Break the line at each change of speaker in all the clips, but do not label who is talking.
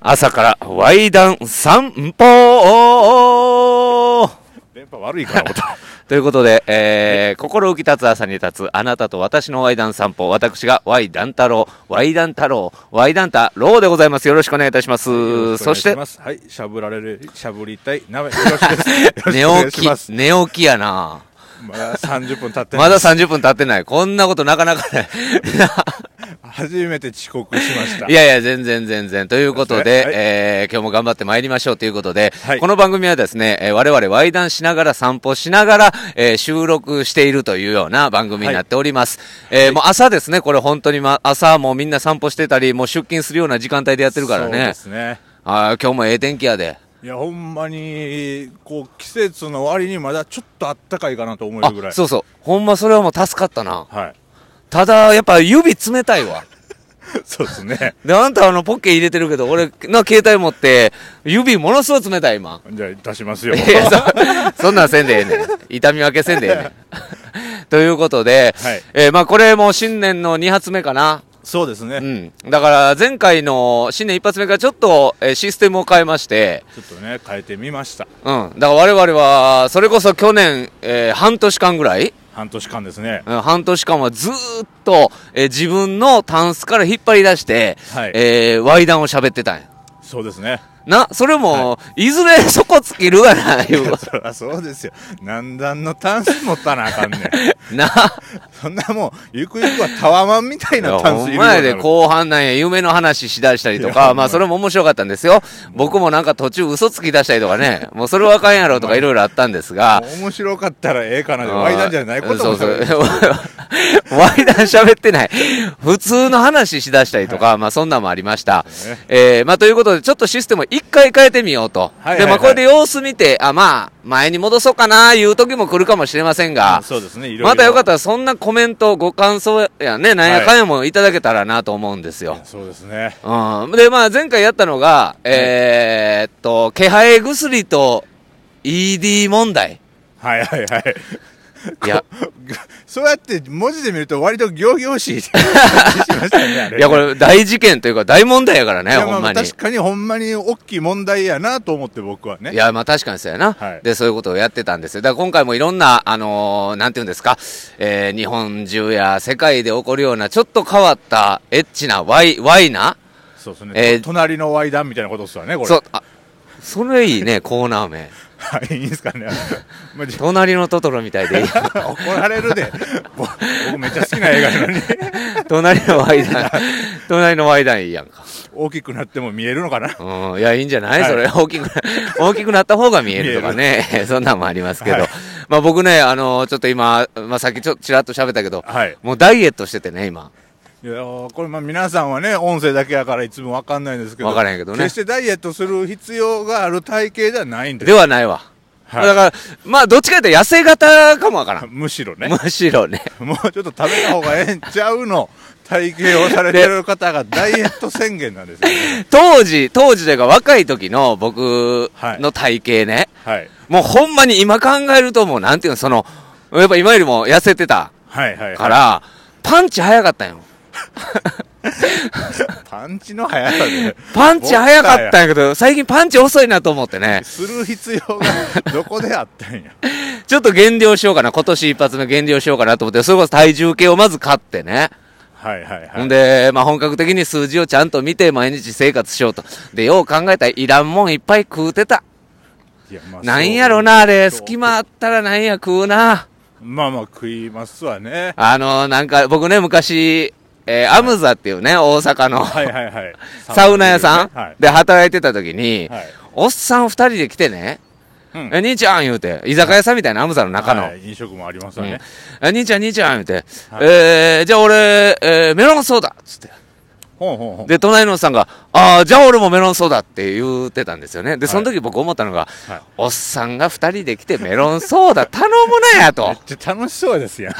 朝からワイダン散歩
電波悪いから思った。
ということで、えー心浮き立つ朝に立つあなたと私のワイダン散歩私がワイダン太郎ワイダン太郎ワイダン太郎でございますよろしくお願いいたします そして
よろくお願いますはい、しゃぶられる、しゃぶりたい鍋、よろしくです。
寝
よろしくお願い
起
します
き寝起きやな
まだ30分経ってな
ま
い
だ30分経ってないこんなことなかなかない
初めて遅刻しました。
いやいや、全然全然。ということで、
はい
えー今日も頑張って参りましょうということで、
はい
この番組はですね、えー我々ワイダンしながら散歩しながら、えー収録しているというような番組になっております。えーもう朝ですね、これ本当に、ま、朝もうみんな散歩してたり、もう出勤するような時間帯でやってるから
そう
ね
で。すね。
あー今日もええ天気やで。
いや、ほんまに、こう、季節の割にまだちょっとあったかいかなと思え
あ
るぐらい。
そうそう。ほんまそれはもう助かったな。
はい。
ただ、やっぱ指冷たいわ。
そうですね。
で、あんたあのポッケ入れてるけど、俺の携帯持って、指ものすごい冷たい今。
じゃあ、出しますよ。
いや そそんなんせんでええねん痛み分けせんでええねん ということで、
はい
えーまあ、これも新年の2発目かな、
そうですね。
うん、だから前回の新年1発目からちょっと、えーシステムを変えまして、
ちょっとね、変えてみました。
うん、だから我々はそれこそ去年、えー半年間ぐらい、
半年間ですね。
うん半年間はずーっと、えー自分のタンスから引っ張り出して、
はい
えー、ワイダンを喋ってたんや。
そうですね。
な、それも、い、ずれ底尽きるがな、いう
そりゃそうですよ。南段のタンス持ったなあかんねん。
な。
そんなもう、ゆくゆくはタワマンみたい
いや
な
ほ
タンス
ん
いる
まや
ようにな
で、
る
後半なんや、夢の話しだしたりと
いやほん
か、
ま
まあ、それも面白かったんですよ。僕もなんか途中嘘つき出したりとか ね、もうそれはあかんやろとかいろいろあったんですが、
面白かったらええかなで、ワイダンじゃないことも
そ
そうう
そう。ワイダン喋ってない。普通の話しだしたりとか、まあそんなんもありました。
そうね
えーまあということで、ちょっとシステムを一回変えてみようと。
はいはいはい
で、まあこれで様子見て、あ、まあ、前に戻そうかな、いう時も来るかもしれませんが、
そうですね、いろいろ。
またよかったら、そんなコメント、ご感想やね、なんやかんやもいただけたらなと思うんですよ。
そうですね。
うん。で、まあ、前回やったのが、えーっと、気配薬と ED 問 題。
はいはいはい。
いや、
そうやって文字で見ると割と行々しい感じしましたね、あれ。
いや、これ大事件というか大問題やからね、
いや
ほん
ま
ま
あ
に。
確かにほんまに大きい問題やなと思って僕はいね。
や、まあ確かにそうやな、
はい
で、そういうことをやってたんですよ。だから今回もいろんな、あのーなんていうんですか、えー日本中や世界で起こるような、ちょっと変わった、エッチな、ワイ、ワイな
そうですね、
えー
隣のワイダンみたいなことですよね、これ。
そう、あ、それいいね、コーナー名。
はい、いいんですかね。まあじゃ
隣のトトロみたい でいい。
あ怒られるで。ぼ僕めっちゃ好きな映画なのに。
隣のワイダン、隣のワイダンいいやんか。
大きくなっても見えるのかな。
うん、いや、いいんじゃない、
はい
それ。大き くな、大きくなった方が見えるとかね。そんなんもありますけど。
はい
まあ僕ね、あのちょっと今、まあさっきちょっとちらっと喋ったけど、
はい。
もうダイエットしててね、今。
いやーこれまあ皆さんはね、音声だけやからいつもわかんないんですけど。
わからんけどね
決してダイエットする必要がある体型ではないんです。
ではないわ。
はい
だから、まあどっちかというと痩せ型かもわからん。
むしろね。
むしろね。
もうちょっと食べた方がええんちゃうの。体型をされてる方がダイエット宣言なんですよ、 ね。
当時、当時というか若い時の僕の体型ね。
はい。
もうほんまに今考えるともう、なんていうの、その、やっぱ今よりも痩せてた
はいはい、
か
はい。
ら、パンチ早かったんよ。
パンチの速さで。
パンチ早かったんやけど、最近パンチ遅いなと思ってね。
する必要がどこであっ たんや。
ちょっと減量しようかな。今年一発目減量しようかなと思って、それこそ体重計をまず買ってね。
はいはい
ほ
は
ん
い。
で、まあ、本格的に数字をちゃんと見て毎日生活しようと。で、よう考えたらいらんもんいっぱい食うてた。
いやまあ
なんやろな、あれ。
そう
隙間あったらなんや食うな。
まあまあ食いますわね。
あの、なんか、僕ね、昔、えーアムザっていうね、大阪の、
はいはいはい。
サウナ屋さん、
はい。
で働いてた時に、
はい
おっさん二人で来てね、
うん
え、兄ちゃん言うて、居酒屋さんみたいなアムザの中の、
はい飲食もありますよね。
うん、兄ちゃん、兄ちゃん、言うて、
はい
えー、じゃあ俺、えーメロンソーダっつって。
ほんほんほん。
で、隣のおっさんが、ああ、じゃあ俺もメロンソーダって言ってたんですよね。で、その時僕思ったのが、
はい
おっさんが二人で来てメロンソーダ頼むなや
め
と
っ。ちゃ楽しそうですやん。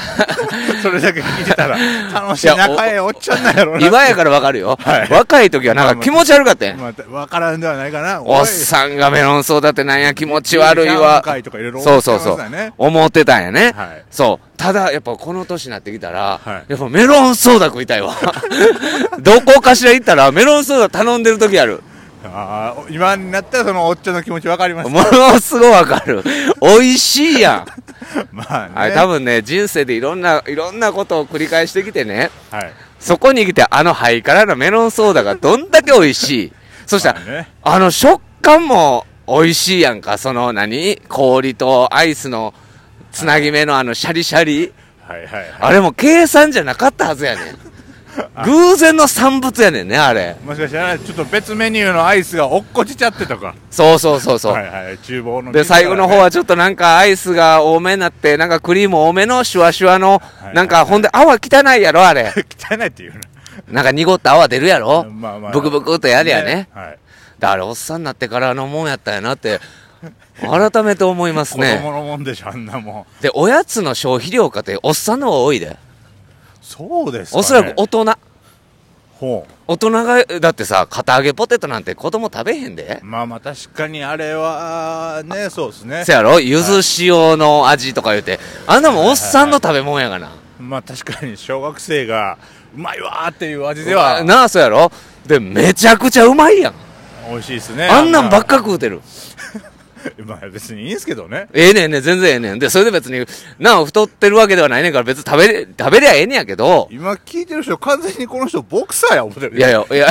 それだけ聞いてたら、楽し
い
い
やお
仲 ええおっちゃんなんやろうな。
今やからわかるよ、
はい
若い時はなんか気持ち悪かった やん。
また、わからんではないかな。
おっさんがメロンソーダってなんや気持ち悪いわ。
会とかいろいろ
そうそうそう
思ってますよね。
思ってたんやね。
はい
そう。ただ、やっぱこの年になってきたら、
はい
やっぱメ ロンソーダ食いたいわ。どこかしら行ったらメロンソーダ頼んでる時ある。
あー今になったらそのおっちゃんの気持ち分かります
ものすごいわかる。美味しいや
まあね
ん。あれ多分ね、人生でいろんな、いろんなことを繰り返してきてね、
はい
そこに来てあのハイカラなメロンソーダがどんだけ美味し い。そしたら
まあ、ね
あの食感も美味しいやんか。その何氷とアイスのつなぎ目のあのシャリシャリ。
はいはいはい
あれも計算じゃなかったはずや ねん。偶然の産物やねんね、あれ。
もしかしたらちょっと別メニューのアイスが落っこちちゃってとか
そうそうそうそう。
はいはい厨房の
で、最後の方
は
はちょっとなんかアイスが多めになって、なんかクリーム多めのシュワシュワの
は、い
なんかほんで泡汚いやろ、あれ。
汚いっていう
なんか濁った泡出るやろ
な。 まあまあ
ブクブクっとやりやね。
はい
だからおっさんになってからのもんやったんやなって、改めて思います
子
ね。
供のもんでしょあんなもん
で、おやつの消費量かって、おっさんの方が多いで。
そうですかね
おそらく大人。
ほう
大人が、だってさ、片揚げポテトなんて子供食べへんで。
まあまあ確かにあれはねそうですね
せやろゆず塩の味とか言うて、あんなもんおっさんの食べ物やがな。
まあ確かに小学生がうまいわーっていう味では
なあ、そうやろで、めちゃくちゃうまいやん。
美味しいですね
あんなんばっか
か
食うてる。
まあ別にいいんですけどね
ええねんねん、全然ええねん。で、それで別に、なあ、太ってるわけではないねんから別に食べれ、食べりゃええねんやけど、
今聞いてる人完全にこの人ボクサーや思ってる
いやいや、いや、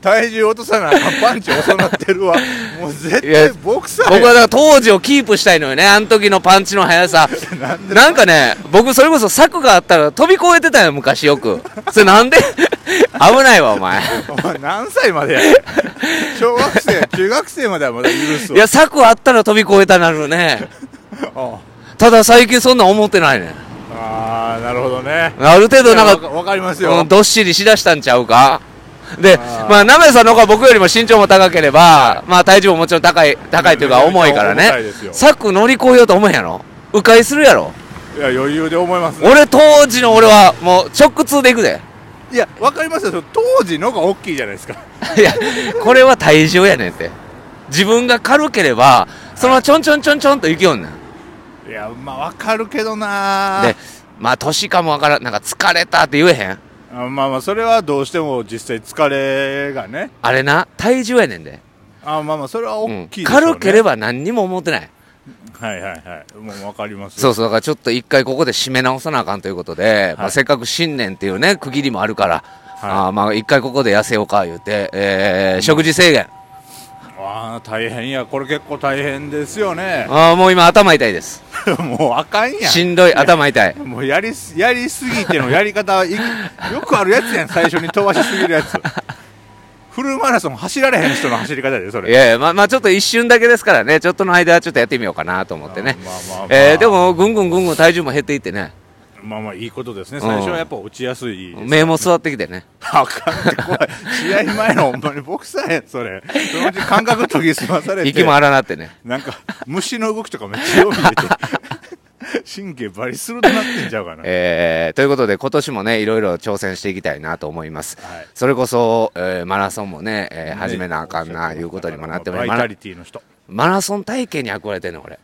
体重落とさなあかんパンチ遅なっ てるわもう絶
いや
対ボクサ ー
僕は
や
だから当時をキープしたいのよね、あの時のパンチの速さ。なんかね、僕それこそ柵があったら飛び越えてたよ、昔よく。それなんで 危ないわ、お前。
お前何歳までや小学生中学生まではまだ許す
い
わ
や、柵あったら飛び越えたなるね。
あ
ただ最近そんなん思ってないねん。
あーなるほどね
ある程度なん
わ
か
か、わかります
う
よ
ん、どっしりしだしたんちゃうかで、
あー
まあ、ナメさんの方が僕よりも身長も高ければ、まあ、体重ももちろん高い、高いというか
めちゃめちゃ
重いから
重たい
ね
です。よ
柵乗り越えようと思うやろ迂回するやろ
いや余裕で思いますね
俺当時の俺はもう直通で行くで。
いやわかりますよその当時のが大きいじゃないですか
いや、これは体重やねんって。自分が軽ければ、そのちょんちょんちょんちょんと行きよんねん。
いやまあわかるけどな
で、まあ、年かもわからん、なんか疲れたって言えへん。
あまあまあそれはどうしても実際疲れがね
あれな、体重やねんで。
あまあまあそれは
う
大
ん
きいでしょうね、
軽ければ何にも思ってない。
はいはいはいもうわかります
そううそう、だからちょっと一回ここで締め直さなあかんということで、まあ、せっかく新年っていうね、区切りもあるから、
はい
あーまあ一回ここで痩せようか言うて、えー食事制限。
ああ大変やこれ結構大変ですよね
あーもう今頭痛いです。
もうあかんや
し
ん
んどい、頭痛い。
もうやりすやりすぎてのやり方はいよくあるやつやん最初に飛ばしすぎるやつフルマラソン走られへん人の走り方でそ
い
れ
やいや、まあまあちょっと一瞬だけですからね、ちょっとの間はちょっとやってみようかなと思ってね。
まあまあまあ
えーでも、ぐんぐんぐんぐん体重も減っていってね、
まあまあいいことですね最初はやっぱ落ちやすいです
目も座ってきてね。
あかんって怖い試合前のほんまにボクサーやんそれそのうち感覚研ぎ澄まされて
息も荒なってね。
なんか虫の動きとかめっちゃよく見えて神経バリ鋭くなってんちゃうかな、
えーということで今年もねいろいろ挑戦していきたいなと思います、
はい
それこそ、えーマラソンもね、えー
ね
始めなあかんないうことにもなってます、
バ
マ
イタ
ラ
リティの人
マラソン体験に憧れてるの俺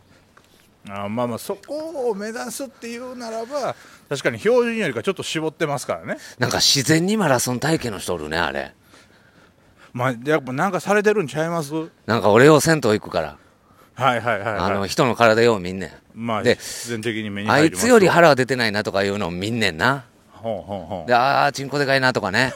あーまあまあそこを目指すっていうならば確かに標準よりかちょっと絞ってますからね
なんか自然にマラソン体験の人おるねあれ
まあやっぱなんかされてるんちゃいますはい
なんか俺よう銭湯行くから、
はいはい
あの
はい
人の体よう見んねん、
まあ
で
必然的に目に
あ
入り
い
ます
つより腹は出てないなとかいうのを見んねんな
ほうほうほう
でああチンコでかいなとかね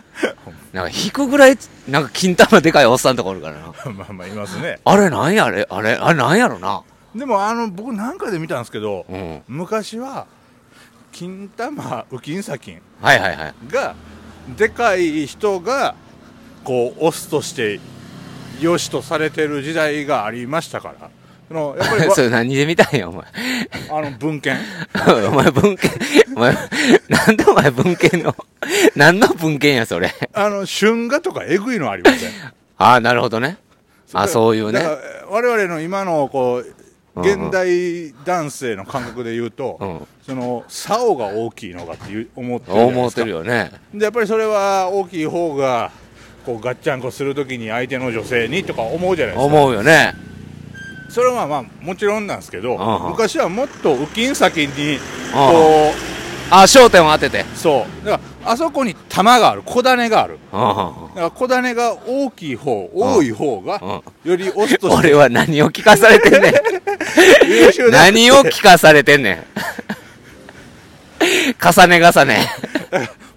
なんか引くぐらいなんか金玉でかいおっさんとかおるからな
まあまあいますね
あれなんやあれあれあれなんやろな
でもあの僕なんかで見たんですけど、
うん
昔は金玉ウキンサキン
はいはいはい
がでかい人がこうオスとして良しとされてる時代がありましたからそのやっぱり わ
それ何で見たんやお前
あの文献
お前文献、お前、なんでお前文献の、何の文献やそれ。
あの春画とかえぐいのありません
ああ、なるほどね。 あそういう
だか
ね。
ら我々の今のこう
うんうん
現代男性の感覚で言うと、
うん
その竿が大きいのがっていう思ってるじゃない
思
で
っ
すか
てるよね。
でやっぱりそれは大きい方がこうガッチャンコするときに相手の女性にとか思うじゃないですか
思うよね。
それはまあまあもちろんなんですけど
ああ
昔はもっと浮きん先に
ああ
こ
ああ、焦点を当てて。
うそうだからあそこに玉がある小種がある
うん
だから小種が大きい方多い方がよりオスとして
俺は何を聞かされてん ねん。
優秀だ
何を聞かされてんねん。重ね重ね。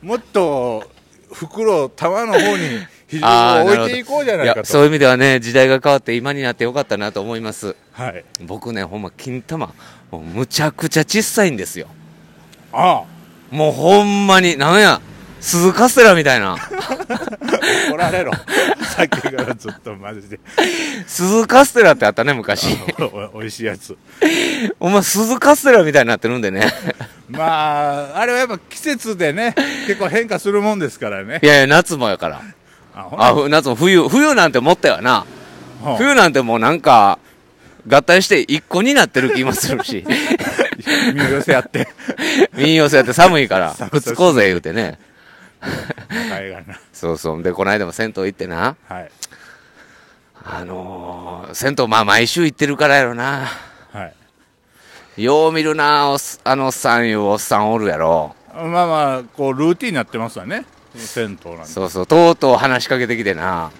もっと袋を玉の方に比重
あー
を
なるほど
置いていこうじゃないか
や
と
そういう意味ではね、時代が変わって今になってよかったなと思います。
はい
僕ね、ほんま、金玉、もうむちゃくちゃ小さいんですよ。
あ
もうほんまに、なんや、鈴カステラみたいな。
あ怒られろ さっきからずっとマジで
鈴カステラってあったね、昔。
おおいしいやつ
お前、鈴カステラみたいになってるんでね。
まああれはやっぱ季節 でね結構変化するもんですからね
いやいや、夏もやから。
あほな
あ、ふ夏も冬、冬なんてもったよな。
ほん
冬なんてもうなんか、合体して一個になってる気もするし。
身を寄せ合って
民謡せやって寒いから、
寒
ぶ
そう
つこうぜ言うてね。
はいがな
そうそう。で、この間も銭湯行ってな。
はい
あのー、銭湯まあ毎週行ってるからやろな。
はい
よう見るな、おっすあのおっさんいうおっさんおるやろ。
まあまあこうルーティンになってますわね銭湯なんで
そうそう、とうとう話しかけてきてな。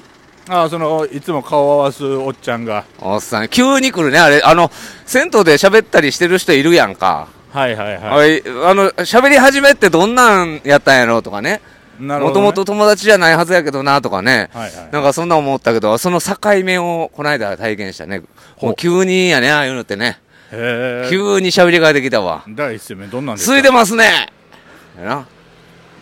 ああそのいつも顔を合わすおっちゃんが
おっさん、急に来るね、あれ。あの、銭湯で喋ったりしてる人いるやんか。
はいはいはい
あい、あの、喋り始めってどんなんやったんやろとかね。
なる
もと
ほど、ね、
もと友達じゃないはずやけどなとかね。
はいはい
なんかそんな思ったけど、その境目をこの間体験したね。
ほう
もう急にやね、ああいうのってね。
へえ
急に喋りができたわ。
第一声目どんなんですか
ついてますねやなあ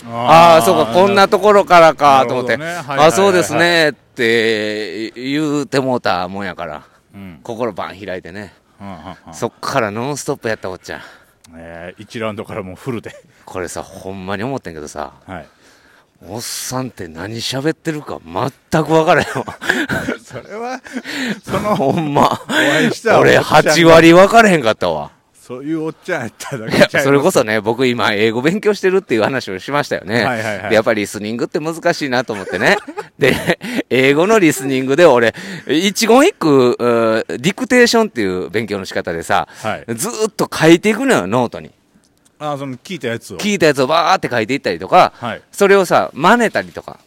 あ
あー、そうか、こんなところからかと思って。
なるほどねはいはいはいはい
ああ、そうですねって言うてもうたもんやから。
うん
心バン開いてね。
うんうんうん
そっからノンストップやったおっちゃん。
えー、1ラウンドからもうフルで、
これさ、ほんまに思ってんけどさ、
はい、
おっさんって何喋ってるか全くわからん よ。
それはその
ほんま
会いした。
俺
おっちゃんが
8割分からへんかったわ。
そういうおっちゃんやっただ
い
け
や
ちゃいます
それこそね、僕今、英語勉強してるっていう話をしましたよね。
はいはいはい
で、やっぱりリスニングって難しいなと思ってね。で、英語のリスニングで俺、一言一句、うーディクテーションっていう勉強の仕方でさ、
はい
ずーっと書いていくのよ、ノートに。
あーその聞いたやつを
聞いたやつをバーって書いていったりとか、
はい
それをさ、真似たりとか、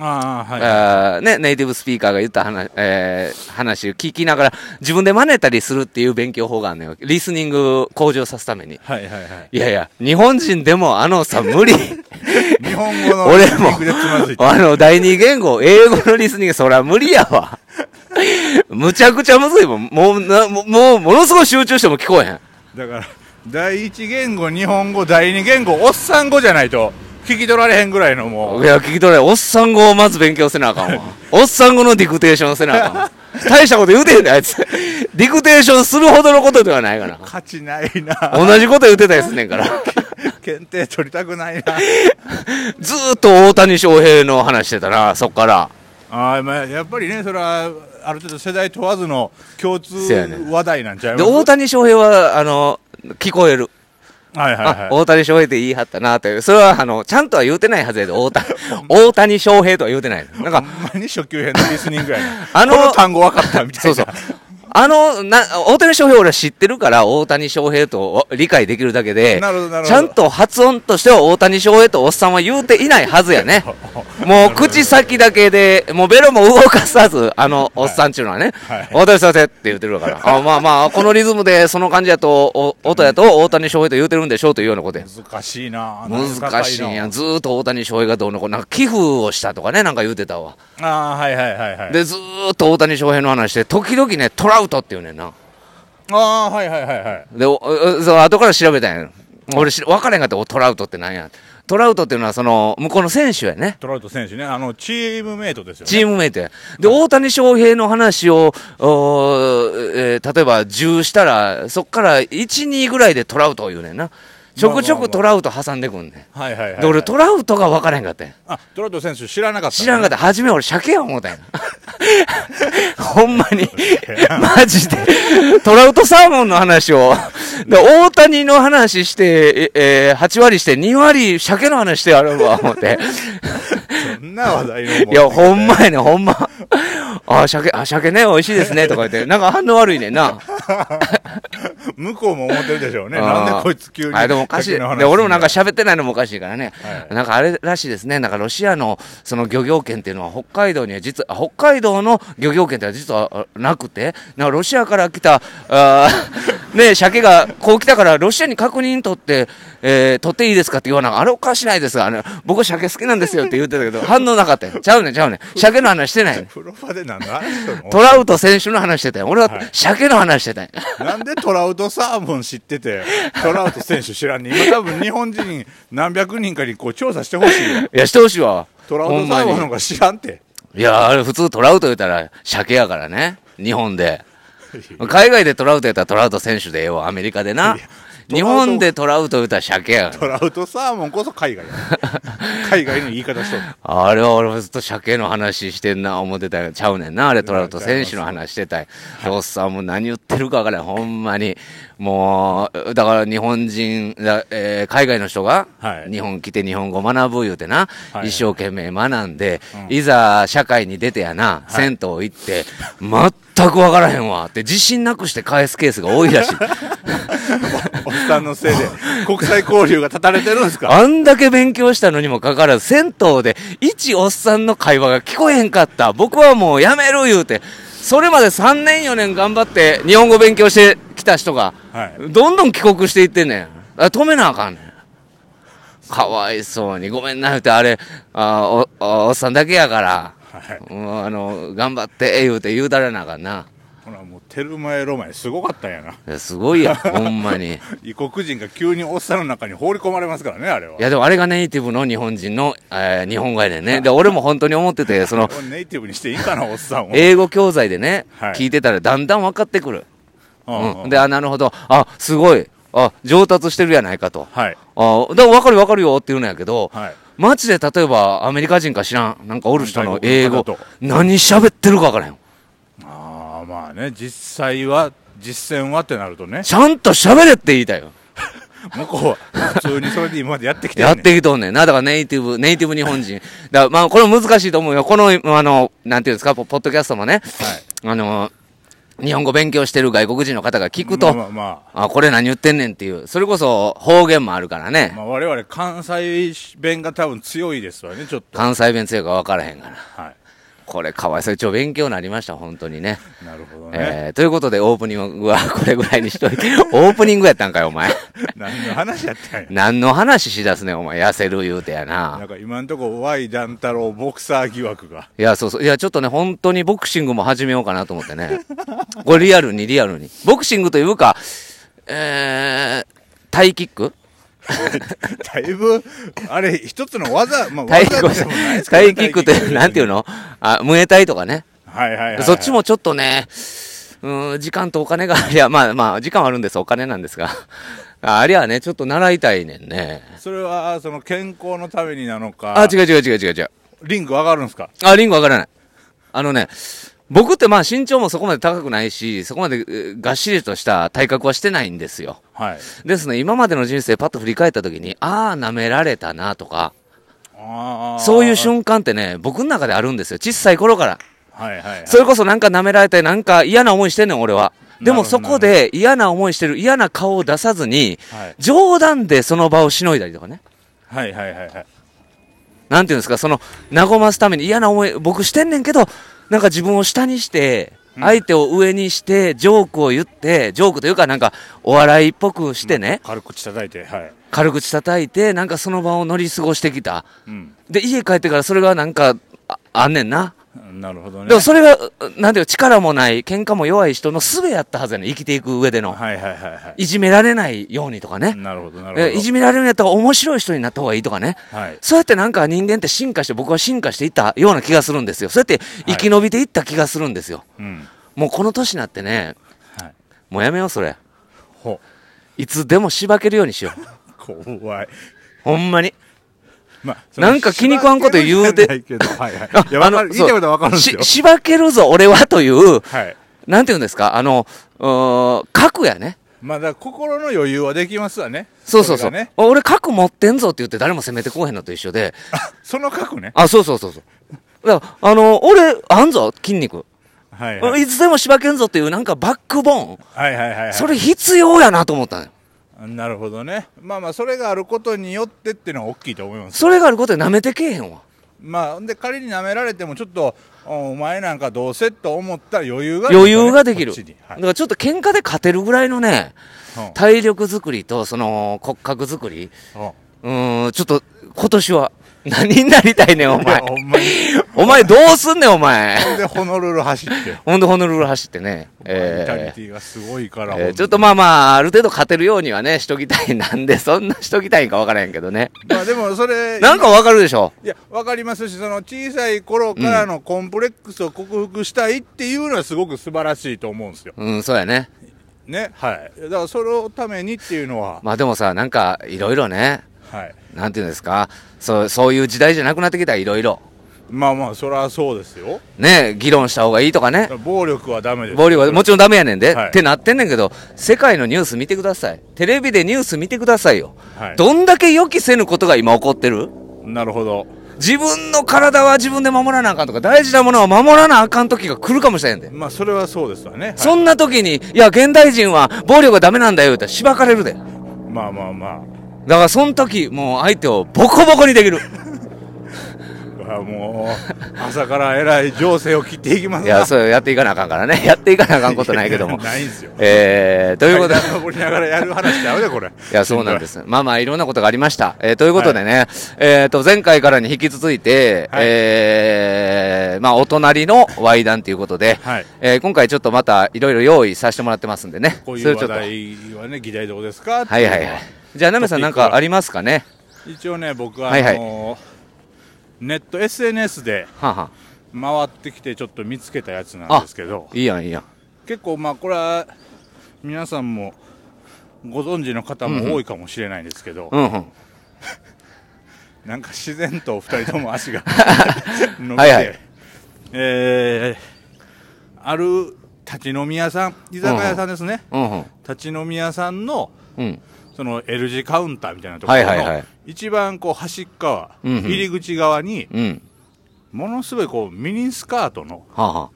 ああはい
あーね、ネイティブスピーカーが言った話,、えー話を聞きながら、自分で真似たりするっていう勉強法があるのよ。リスニング向上さすために。
はいはいはい
いやいや、日本人でもあのさ、無理。
日本語の
俺
リン
も
クでつまずい、て
あの、第二言語、英語のリスニング、そら無理やわ。むちゃくちゃむずいもん。もう、なもう、もうものすごい集中しても聞こえへん。
だから第一言語日本語第二言語おっさん語じゃないと聞き取られへんぐらいのもう
いや、聞き取れない。おっさん語をまず勉強せなあかんわ。おっさん語のディクテーションせなあかんわ。大したこと言うてへんねん、あいつ。ディクテーションするほどのことではないかな。
価値ないな
同じこと言うてたりすんねんから。
検定取りたくないな
ずーっと大谷翔平の話してたな、そっから。
あーまあやっぱりねそれはある程度世代問わずの共通
せやね
話題なんちゃい
で、
ます
大谷翔平は、あの、聞こえる。
はいはい
あ
はい
大谷翔平って言い張ったなという、それはあのちゃんとは言うてないはずやで、大 谷大谷翔平とは言うてない、なんか、
ほんまに初級編のリスニングやな
あの
この単語分かったみた
そ
いな
うそう、あのな大谷翔平、俺は知ってるから、大谷翔平と理解できるだけで、
なるほどなるほど
ちゃんと発音としては大谷翔平とおっさんは言うていないはずや ね、もう口先だけで、もうベロも動かさず、あのおっさんちゅうのはね、
はい
大谷翔平って言うてるから、あまあまあ、このリズムで、その感じやと、お音やと、大谷翔平と言うてるんでしょうというようなことや。
難しいな
難しいんや。
あ
ずーっと大谷翔平がどうのこうの、なんか寄付をしたとかね、なんか言うてたわ。
あーはいはいはいはい
で、ずーっと大谷翔平の話で、時々ね、トラウトって言うねんな。
ああーはいはいはいはい
で、おおそう後から調べたんや。俺し、分からへんかった、おトラウトってなんや。トラウトっていうのは、その、向こうの選手やね。
トラウト選手ねあのチームメイトですよ、ね、
チームメイトや。で、大谷翔平の話を、おーえー例えば10したら、そっから1、2ぐらいでトラウトを言うねんな。ちょくちょくトラウト挟んでくんね
はいはいはい、
ん。で、俺、トラウトが分からへんかったんや。
あトラウト選手知らなかった
知らんかった。初め俺、鮭や思うたんや。ほんまに。マジで。トラウトサーモンの話を。で大谷の話して、ええー、8割して、2割鮭の話してやるわ、思って。
そんな話題のも
いや、ほんまやね、ほんま。あ、鮭、あ、鮭ね、美味しいですね、とか言って。なんか反応悪いねんな。
向こうも思ってるでしょうね。
うん
なんでこいつ急に。
あでもおかしい。
野球の話
で、俺もなんか喋ってないのもおかしいからね。
はい
なんかあれらしいですね。なんかロシアのその漁業権っていうのは北海道には実は、あ北海道の漁業権ってのは実はあなくて、なんかロシアから来た、あー ね、鮭がこう来たからロシアに確認取って、えー取っていいですかって言わなあれおかしないですが、あの僕鮭好きなんですよって言ってたけ ど、反応なかったよ。ちゃうねんちゃうねん鮭の話してないねん。
風呂場で何の話してんの
トラウト選手の話してたよ。俺は
はい
鮭の話してたよ。
なんでトラウトサーモン知ってて、トラウト選手知らんねん今多分日本人何百人かにこう調査してほしいよ。
いや、してほしいわ。
トラウ
ほ
ト
ん
サ
ま
ー
に
モンの方が知らんて。
いやあれ普通トラウト言うたら鮭やからね。日本で。海外でトラウトやったらトラウト選手でええわ。アメリカでな。
いや
日本でトラウト言うたら鮭やから。
トラウトサーモンこそ海外や。海外の言い方しとる。
あれは俺もずっと鮭の話してんな思ってたけど、ちゃうねんな。あれトラウト選手の話してたんやおっさんもう何言ってるかわからん。ほんまに。もう、だから日本人、だえー海外の人が
はい
日本来て日本語学ぶ言うてな。
はい
一生懸命学んで、いざ社会に出てやな、銭湯行って、全くわからへんわって自信なくして返すケースが多いらしい。
おっさんのせいで国際交流が断たれてるんですか
あんだけ勉強したのにもかかわらず、銭湯で一おっさんの会話が聞こえへんかった。僕はもうやめる言うて、それまで3年4年頑張って日本語勉強してきた人が、
はい。
どんどん帰国していってんねん。あ止めなあかんねん。かわいそうに、ごめんな言うて、あれ、あおおおっさんだけやから、
はい。
もうあの、頑張って、言うて言うたらなあかんな。
ほらもうテルマエロマエすごかったんやな。
いやすごい やん、ほんまに。。
異国人が急におっさんの中に放り込まれますからね、あれはい
やでもあれがネイティブの日本人の、えー日本語やねんね。で、俺も本当に思ってて、その、
ネイティブにしていいかな、おっさんを。
英語教材でね、
はい
聞いてたらだんだん分かってくる。
うん
うん、で、あ、なるほど。あ、すごい。あ、上達してるやないかと。
はい。
あ、だから分かる分かるよって言うのやけど、
はい。
マジで例えばアメリカ人か知らん、なんかおる人の英
外
語
国の方と、
何喋ってるか分からへん。
ああ、まあね、実際は、実践はってなるとね、
ちゃんと喋れって言いたいよ。
向こうは普通にそれで今までやってきてん
や
ね
っ
ん
てきとんねんな。だからネイティブ、ネイティブ日本人。 だからまあこれ難しいと思うよ。この、あの、なんていうんですか、ポポッドキャストもね、
はい。
あの、日本語勉強してる外国人の方が聞くと、
まあまあま
あ、これ何言ってんねんっていう。それこそ方言もあるから
あ、
ね。
まあ、我々関西弁が多分強いですわね、ちょっと。
関西弁強いか分からへんから。
は
これかわいそう。一応勉強になりました、本当にね。
い。なるほどね。
えー、ということでオープニングはこれぐらいにしといて。 オープニングやったんかよ、お 前。
何の話やったんや。
何の話しだすねん、お前。痩せる言うてや
な
な。
んか今んとこ、Y 段太郎ボクサー疑惑が。
いや、そうそう。いや、ちょっとね、本当にボクシングも始めようかなと思ってね。これリアルに、リアルに。ボクシングというか、えー、タイキック
だいぶ、あれ、一つの技、まあ、
タイ
技でもないですけど
タイキックって、なんていうのあ、ムエタイとかね。
はいはいはいはい。
そっちもちょっとね、うーん、時間とお金が、いや、まあまあ、時間はあるんです、お金なんですが。あありゃね、ちょっと習いたいねんね。
それは、その健康のためになのか、
あ、違う違う違う違う違う。
リング上がるんですか
あ、リンゴわからない。あのね、僕ってまあ身長もそこまで高くないし、そこまでえーがっしりとした体格はしてないんですよ。
はい。
ですね、今までの人生パッと振り返った時に、ああ、舐められたなとか、
あー
そういう瞬間ってね、僕の中であるんですよ。小さい頃から。
はいはいはい。
それこそなんか舐められて、なんか嫌な思いしてんねん、俺は。でも
なるほ
そ
ど
こで嫌な思いしてる、嫌な顔を出さずに、
はい
冗談でその場をしのいだりとかね。
はいはいはいはい。
なんていうんですか、その、和ますために嫌な思い、僕してんねんけど、なんか自分を下にして、相手を上にして、ジョークを言って、ジョークというかなんか、お笑いっぽくしてね、
軽く叩いて、はい。
軽口叩いて、なんかその場を乗り過ごしてきた。
うん。
で、家帰ってからそれがなんか、ああんねんな。
なるほどね。
でもそれが、うなんていうの力もない、喧嘩も弱い人の術やったはずやねん、生きていく上での。
はいはいはいはい
じめられないようにとか
い。
ね。
なるほどなるほど。
えいじめられるんやったら面白い人になった方がいいとかね。
はい。
そうやってなんか人間って進化して、僕は進化していったような気がするんですよ。そうやって生き延びていった気がするんですよ。
うん。
もうこの年になってね、
はい。
もうやめよう、それ。
ほ、
いつでもしばけるようにし よう。
怖い。
ほんまに。
まあ、
なんか気に食わんこと言うて
しばけ るじゃないけどはいはい。いや、わかる。
の
言いたいことはわかるんですよ
そう。ししばけるぞ、俺はという、
はい。
なんていうんですか、あの、うー核やね。
まあだから心の余裕はできますわね。
そうそうそう。
れがね。
俺核持ってんぞって言って誰も責めてこうへんのと一緒で、
その核ね。
あ、そうそうそうそう。だから、あの、俺、あんぞ、筋肉。
はいはい
いつでもしばけんぞっていうなんかバックボーン、
はいはいはいはい
それ必要やなと思ったのよ
なるほどねまあまあそれがあることによってっていうのは大きいと思います
それがあることで舐めてけえへんわ
まあで仮に舐められてもちょっとおお前なんかどうせと思ったら余裕が
余裕ができる、
こっちには
だ
い
からちょっと喧嘩で勝てるぐらいのね
うん
体力作りとその骨格作り
うん
うーんちょっと今年は何になりたいねんお
いや
前
ほんまに
お前どうすんねんお前
ほんでホノルル走って
ほんでホノルル走ってね、
バイタリ
え
テ
ー
ィがすごいから、
えーちょっとまあまあ、ある程度勝てるようにはね、しときたいなん で、そんなしときたいんか分からへんけどね。
まあでもそれ
なんか分かるでしょ。
いやわかりますしその小さい頃からのコンプレックスを克服したいっていうのはすごく素晴らしいと思うんですよ
うん、そうやね。
ねはいだからそのためにっていうのは、
まあでもさ、なんか、いろいろね、
はい
なんていうんですか、そう、そういう時代じゃなくなってきた、いろいろ。
まあまあそりゃそうですよ
ね、議論した方がいいとかね
だか。ら暴力はダメです
暴力はも
ち
ちろんダメやねんで、
はい
ってなってんねんけど、世界のニュース見てください。テレビでニュース見てくださいよ。
はい
どんだけ予期せぬことが今起こってる
なるほど
自分の体は自分で守らなあかんとか、大事なものは守らなあかん時が来るかもしれんで。
まあそれはそうですわね、はい
そんな時に、いや、現代人は暴力はダメなんだよ、ってしばかれるで。だか
まあまあま
ら、その時、もう相手をボコボコにできる。
ああもう朝からえらい情勢を切っていきま す
い
な
や、そうやっていかなあかんからね。や っていかなあかんこと ないけども。
ないんですよ
えー、ということで。
階段登りながらやる話ちゃうでこれ
いや、そうなんです。まあまあ、いろんなことがありました。えーということでね、えっ、と、前回からに引き続いて、
はい
えーまあ、お隣のワイダンということで、
はい
えー今回ちょっとまた、いろいろ用意させてもらってますんでね。
こうい
それ
う
ちょっ
話
と
題はね議題どうですかって
はいはいはい。じゃあ、ナメさんなんかありますかね
一応ね僕はあ
は
の
いはい
ネット SNS で
はんはん
回ってきてちょっと見つけたやつなんですけど
いいやん、いいやん。
結構まあこれは皆さんもご存知の方も多いかもしれないんですけど、
うんうん。
なんか自然と2人とも足 が伸びて、
はいはい
えーある立ち飲み屋さん居酒屋さんですね、
うんうん。
立ち飲み屋さんの
うん。
その L 字カウンターみたいなところ
はいはいは
の
い
一番こう端っ側、
うんうん
入り口側に
うん。
ものすごいこうミニスカートの、
はあ、はあ、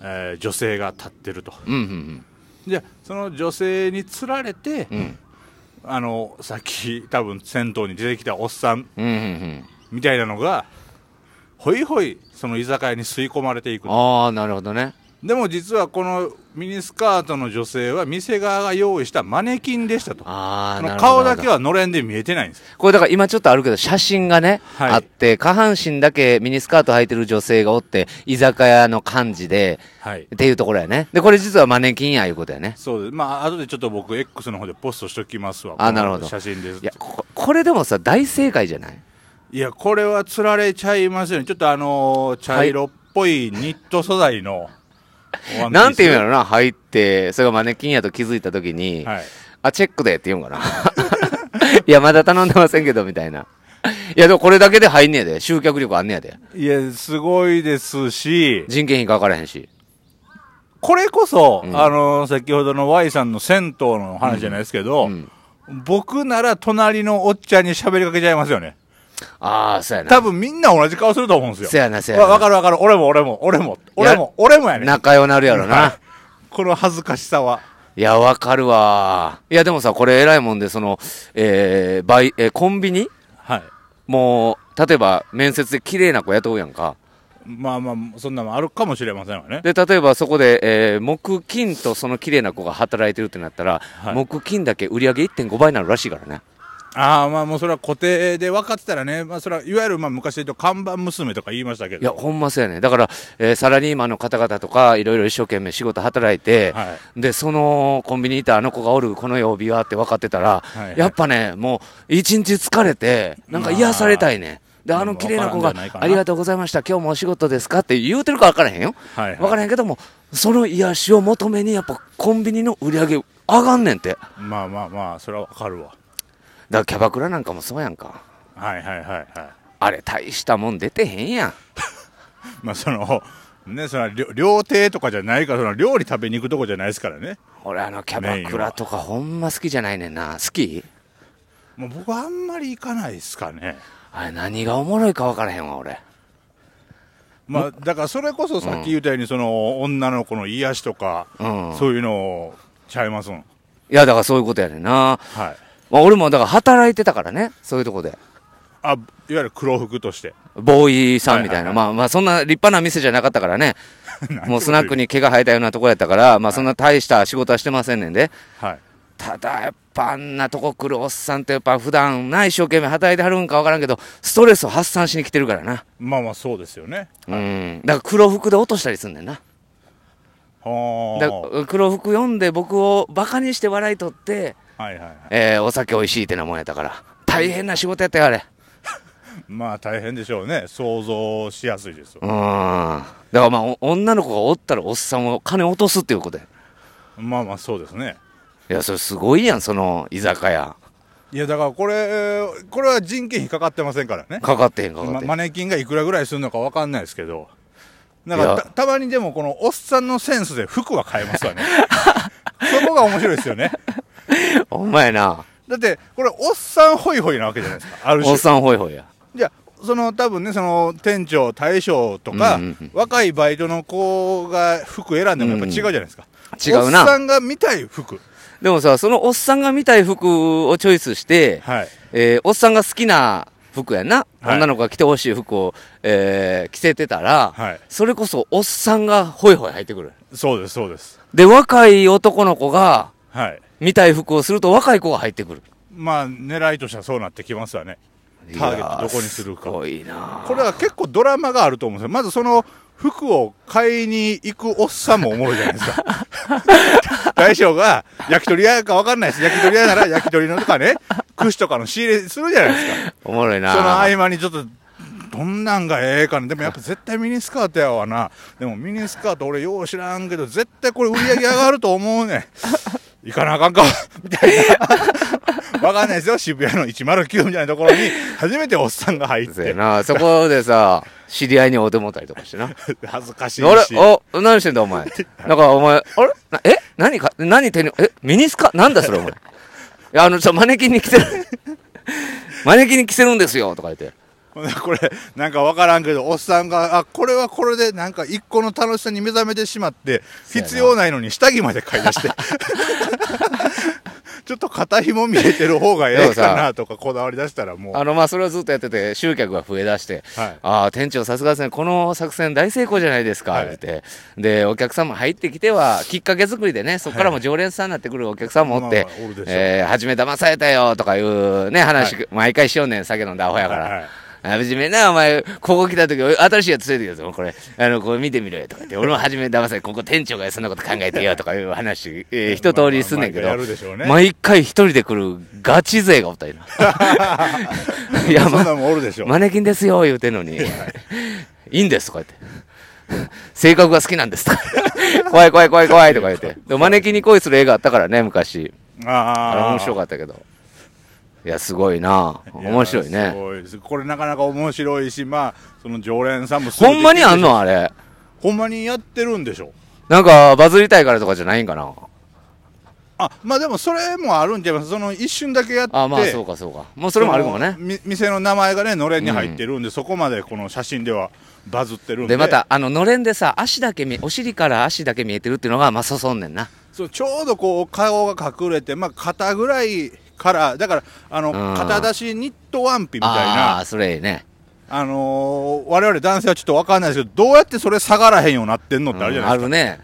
えー女性が立ってると
うんうん
でその女性につられて、
うん。うん。
あのさっき多分銭湯に出てきたおっさん
うんうんうん。
みたいなのがほいほいその居酒屋に吸い込まれていく
ああ、なるほどね。
でも実はこのミニスカートの女性は店側が用意したマネキンでしたと
ああ、
そ
な
の
るほど。
顔だけ
は。
はのれんで見えてないんです
これだから今ちょっとあるけど、写真がね、
はい
あって、下半身だけミニスカート履いてる女性がおって、居酒屋の感じで、
はい
っていうところやね。で、これ実はマネキンやいうことやね。
そうですまあ後でちょっと僕 X の方でポストしときますわ
あなるほど
この写真です
いや、ここれでもさ、大正解じゃない
いやこれはつられちゃいますよねちょっとあのー茶色っぽいニット素材の、ワンピース
なんて言うんやろな、入って、それがマネキンやと気づいたときに、
はい
あ、チェックでって言うんかな。 いや、まだ頼んでませんけど、みたいな。いや、でもこれだけで入んねやで。集客力あんねやで。
いやすごいですし
人件費かからへんし。
これこそ、
うん
あのー先ほどの Y さんの銭湯の話じゃないですけど、
うん
僕なら隣のおっちゃんに喋りかけちゃいますよね
ああ、そうやな
多。分みんな同じ顔すると思うんですよ
せやなせやな
わわかるわかる俺も俺も俺も俺も俺もやね
仲良なるやろ
はい
な。
この恥ずかしさはい
や、わかるわ。いや、でもさ、これ偉いもんで、その、えー、バイ、えーコンビニ
はい
もう、例えば、面接で綺麗な子雇うやんか。
まあまあそんなのあるかもしれませんわね
で、例えばそこで、えー木金とその綺麗な子が働いてるってなったら、
い
木金だけ売り上げ1.5倍になるらしいからね。
ああまあもうそれは固定で分かってたらね、まあ、それはいわゆるまあ昔で言うと看板娘とか言いましたけど
いや、ほんまそうやね。だから、えーサラリーマンの方々とか、いろいろ一生懸命仕事働いて、
は
で、そのコンビニにいたあの子がおる、この曜日はって分かってたら、
はいはい
やっぱね、もう、一日疲れて、なんか癒されたいね。で、あの綺麗な子が
わからんじゃないか、な
ありがとうございました、今日もお仕事ですかって言うてるか分からへんよ。
はいはい
分からへんけども、その癒しを求めに、やっぱコンビニの売り上げ上がんねんて。だか
まあまあまあそれは分かるわ
らキャバクラなんかもそうやんか。
はいはいはいは
あれ、大したもん出てへんやん。
いまあそのねその料料亭とかじゃないからその料理食べに行くとこじゃないですからね
俺、あのキャバクラとかほんま好きじゃないねんな。好き
もう僕はあんまり行かないですかね
あれ何がおもろいか分からへんわ俺
まあ、だからそれこそさっき言ったように、その女の子の癒しとか、
うん
そういうのちゃいますん。
いや、だからそういうことやねんな。
はい。
まあ、俺もだから働いてたからね、そういうとこで。
あ、いわゆる黒服として。
ボーイさんみたいな、
はいはいはい
まあまあそんな立派な店じゃなかった からね、もうスナック
に。
に毛が生えたようなとこやったから、まあそんな大した仕事はしてませんねんで、
はい。
ただやっぱあんなとこ来るおっさんってやっぱ普段な一生懸命働いてはるんかわからんけど、ストレスを発散しに来てるからな。
まあまあ、そうですよね。
うん。だから黒服で落としたりすんねんな。
は
だ
あ。は
黒服読んで僕をバカにして笑いとって、
いはいはい。
えーお酒美味しいってなもんやったから。大変な仕事やったよ、あれ。
まあ、大変でしょうね。想像しやすいですよ
う。ん。だからまあ、お女の子がおったらおっさんは金落とすっていうことや。
まあまあ、そうですね。
いや、それすごいやん、その居酒屋。
いや、だからこれ、これは人件費かかってませんからね。
かかってへん、かかって
ま
へん。
マネキンがいくらぐらいするのかわかんないですけど。なん
いや
かたたまにでもこのおっさんのセンスで服は買えますわね。 そこが面白いですよね。
ほんまやな。
だって、これ、おっさんホイホイなわけじゃないですか。ある
お
種
っ。さんホイホイや。
じゃあ、その、多分ね、その、店長、大将とか、
うんうんうん
若いバイトの子が服選んでもやっぱ違うじゃないですか。
違う
おっさ
な。
んが見たい服。
でもさ、そのおっさんが見たい服をチョイスして、
はい。
えーおっさんが好きな服やな。
はい
女の子が着てほしい服を、えー着せてたら、
はい
それこそおっさんがホイホイ入ってくる。
そうです、そうです。
で、若い男の子が
はい。
見たい服をすると若い子が入ってくる。
まあ、狙いとしてはそうなってきますわね。ターゲットどこにする
いやーす
か。
ごいな
これは結構ドラマがあると思うんですよ。まずその服を買いに行くおっさんもおもろいじゃないですか。大将が焼き鳥屋か分かんないです。焼き鳥屋なら焼き鳥のとかね、串とかの仕入れするじゃないですか。
おもろいな
その合間にちょっと、どんなんがええかな。でもやっぱ絶対ミニスカートやわな。でもミニスカート俺よう知らんけど、絶対これ売り上げ上がると思うねん。行かなあかんか。みたいな。わかんないですよ。渋谷の109みたいなところに初めておっさんが入っ
そうや
て。
なそこでさ、知り合いに会うてもったりとかして な。
恥ずかしい
あれ
し。
お、何してんだお前。なんかお前、あれなえ何か、何手に、えミニスカなんだそれお前。いや、あの、ちょ、マネキンに 着てる。マネキンに着せるんですよとか言って。
ほんで これなんか分からんけどおっさんがあこれはこれでなんか一個の楽しさに目覚めてしまって
そうやな
必要ないのに下着まで買い出して ちょっと肩ひも見えてる方がええかなとかこだわり出したらもう
あの、まあ、それをずっとやってて、集客が増えだして、
はい
ああ、店長さすがですね、この作戦大成功じゃないですか、
はい
言って。で、お客様入ってきては、きっかけ作りでね、そこからも常連さんになってくるお客さんもおって、
まあまあおるでしょう
えー、初め騙されたよ、とかいうね、話、毎回しようねん、酒飲んだアホやから。
はいはい
あ別にみんなお前、ここ来た時、新しいやつついてきたぞ、これ。あの、これ見てみろよ、とか言って。俺も初め騙され、ここ店長がそんなこと考えてよ、とかいう 話、えー一通りすんねんけど。
まあまあまあやるでしょうね
毎回一人で来るガチ勢がおった りな。 いや、
そん
ま
な、もんおるでしょ、
マネキンですよ、言うてんのに。いいんです、とか言って。性格が好きなんです、とか。 怖い怖い怖い怖い、とか言って。でもマネキンに恋する映画あったからね、昔。あれ
ああ
面白かったけど。いや、すごいな面白い
や
ね
す。ごいですこれなかなか面白いしまあその常連さんもすぐ
ほんまにあん
できるでしょ
のあれ。
ほんまにやってるんでしょ
なんか、バズりたいからとかじゃないんかな。
あまあでもそれもあるんじゃいますその一瞬だけやって
あ、まあ、そうか、そうか。もうそれもあるかもね。
み店の名前がねのれんに入ってるんで、そこまでこの写真ではバズってるんで
で、また、あの、のれんでさ、足だけ見、お尻から足だけ見えてるっていうのが、まあ、そそんねんな。
そうちょうどこう顔が隠れて、まあ、肩ぐらいからだからあの
うん
肩出しニットワンピみたい
ああ
な
ー、それええね。
あのー我々男性はちょっと分かんないですけどどうやってそれ下がらへんようになってんのってあるじゃな
あ
いで
るね。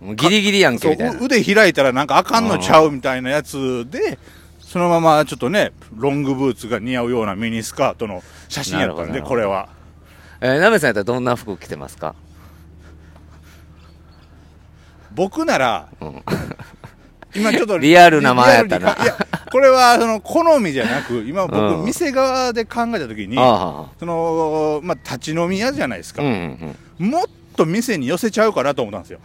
もうギリギリやん
すか
け、、み
そ
た
う
いな。
う腕開いたらなんかあかんのちゃうみたいなやつでそのままちょっとねロングブーツが似合うようなミニスカートの写真やったん
なる
で
ほど
これは
えー、なべさんやったらどんな服着てますか
僕なら、今ちょっ と
リアルな前やったな
リアルにいやこれはその好みじゃなく今僕、
うん
店側で考えた時に
あ
その、まあ、立ち飲み屋じゃないです
あ、
か
うん、う、ん。
もっと店に寄せちゃうかなと思ったんですよ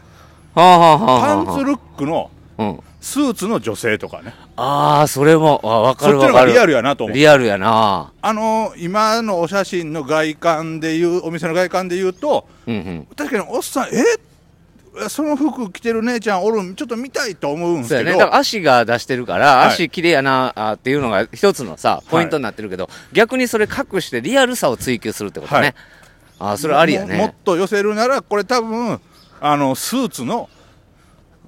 はあはあはあ
パ
はあ。
ンツルックの
うん。
スーツの女性とかね
ああ、それも、あわか
そっ
る
ち
わ
の方
か
が
る。
リアルやなと思う
リアルやな。
あの今のお写真の外観でいうお店の外観で言うと
うんうん。
確かにおっさんえその服着てる姉ちゃんおるんちょっと見たいと思うんです
そう
け
やね。
ど、
だから足が出してるから、
はい
足綺麗やなあーっていうのが一つのさ、ポイントになってるけど、逆にそれ隠してリアルさを追求するってことね。
はい
あそれありやね
ももっと寄せるならこれ多分あのスーツの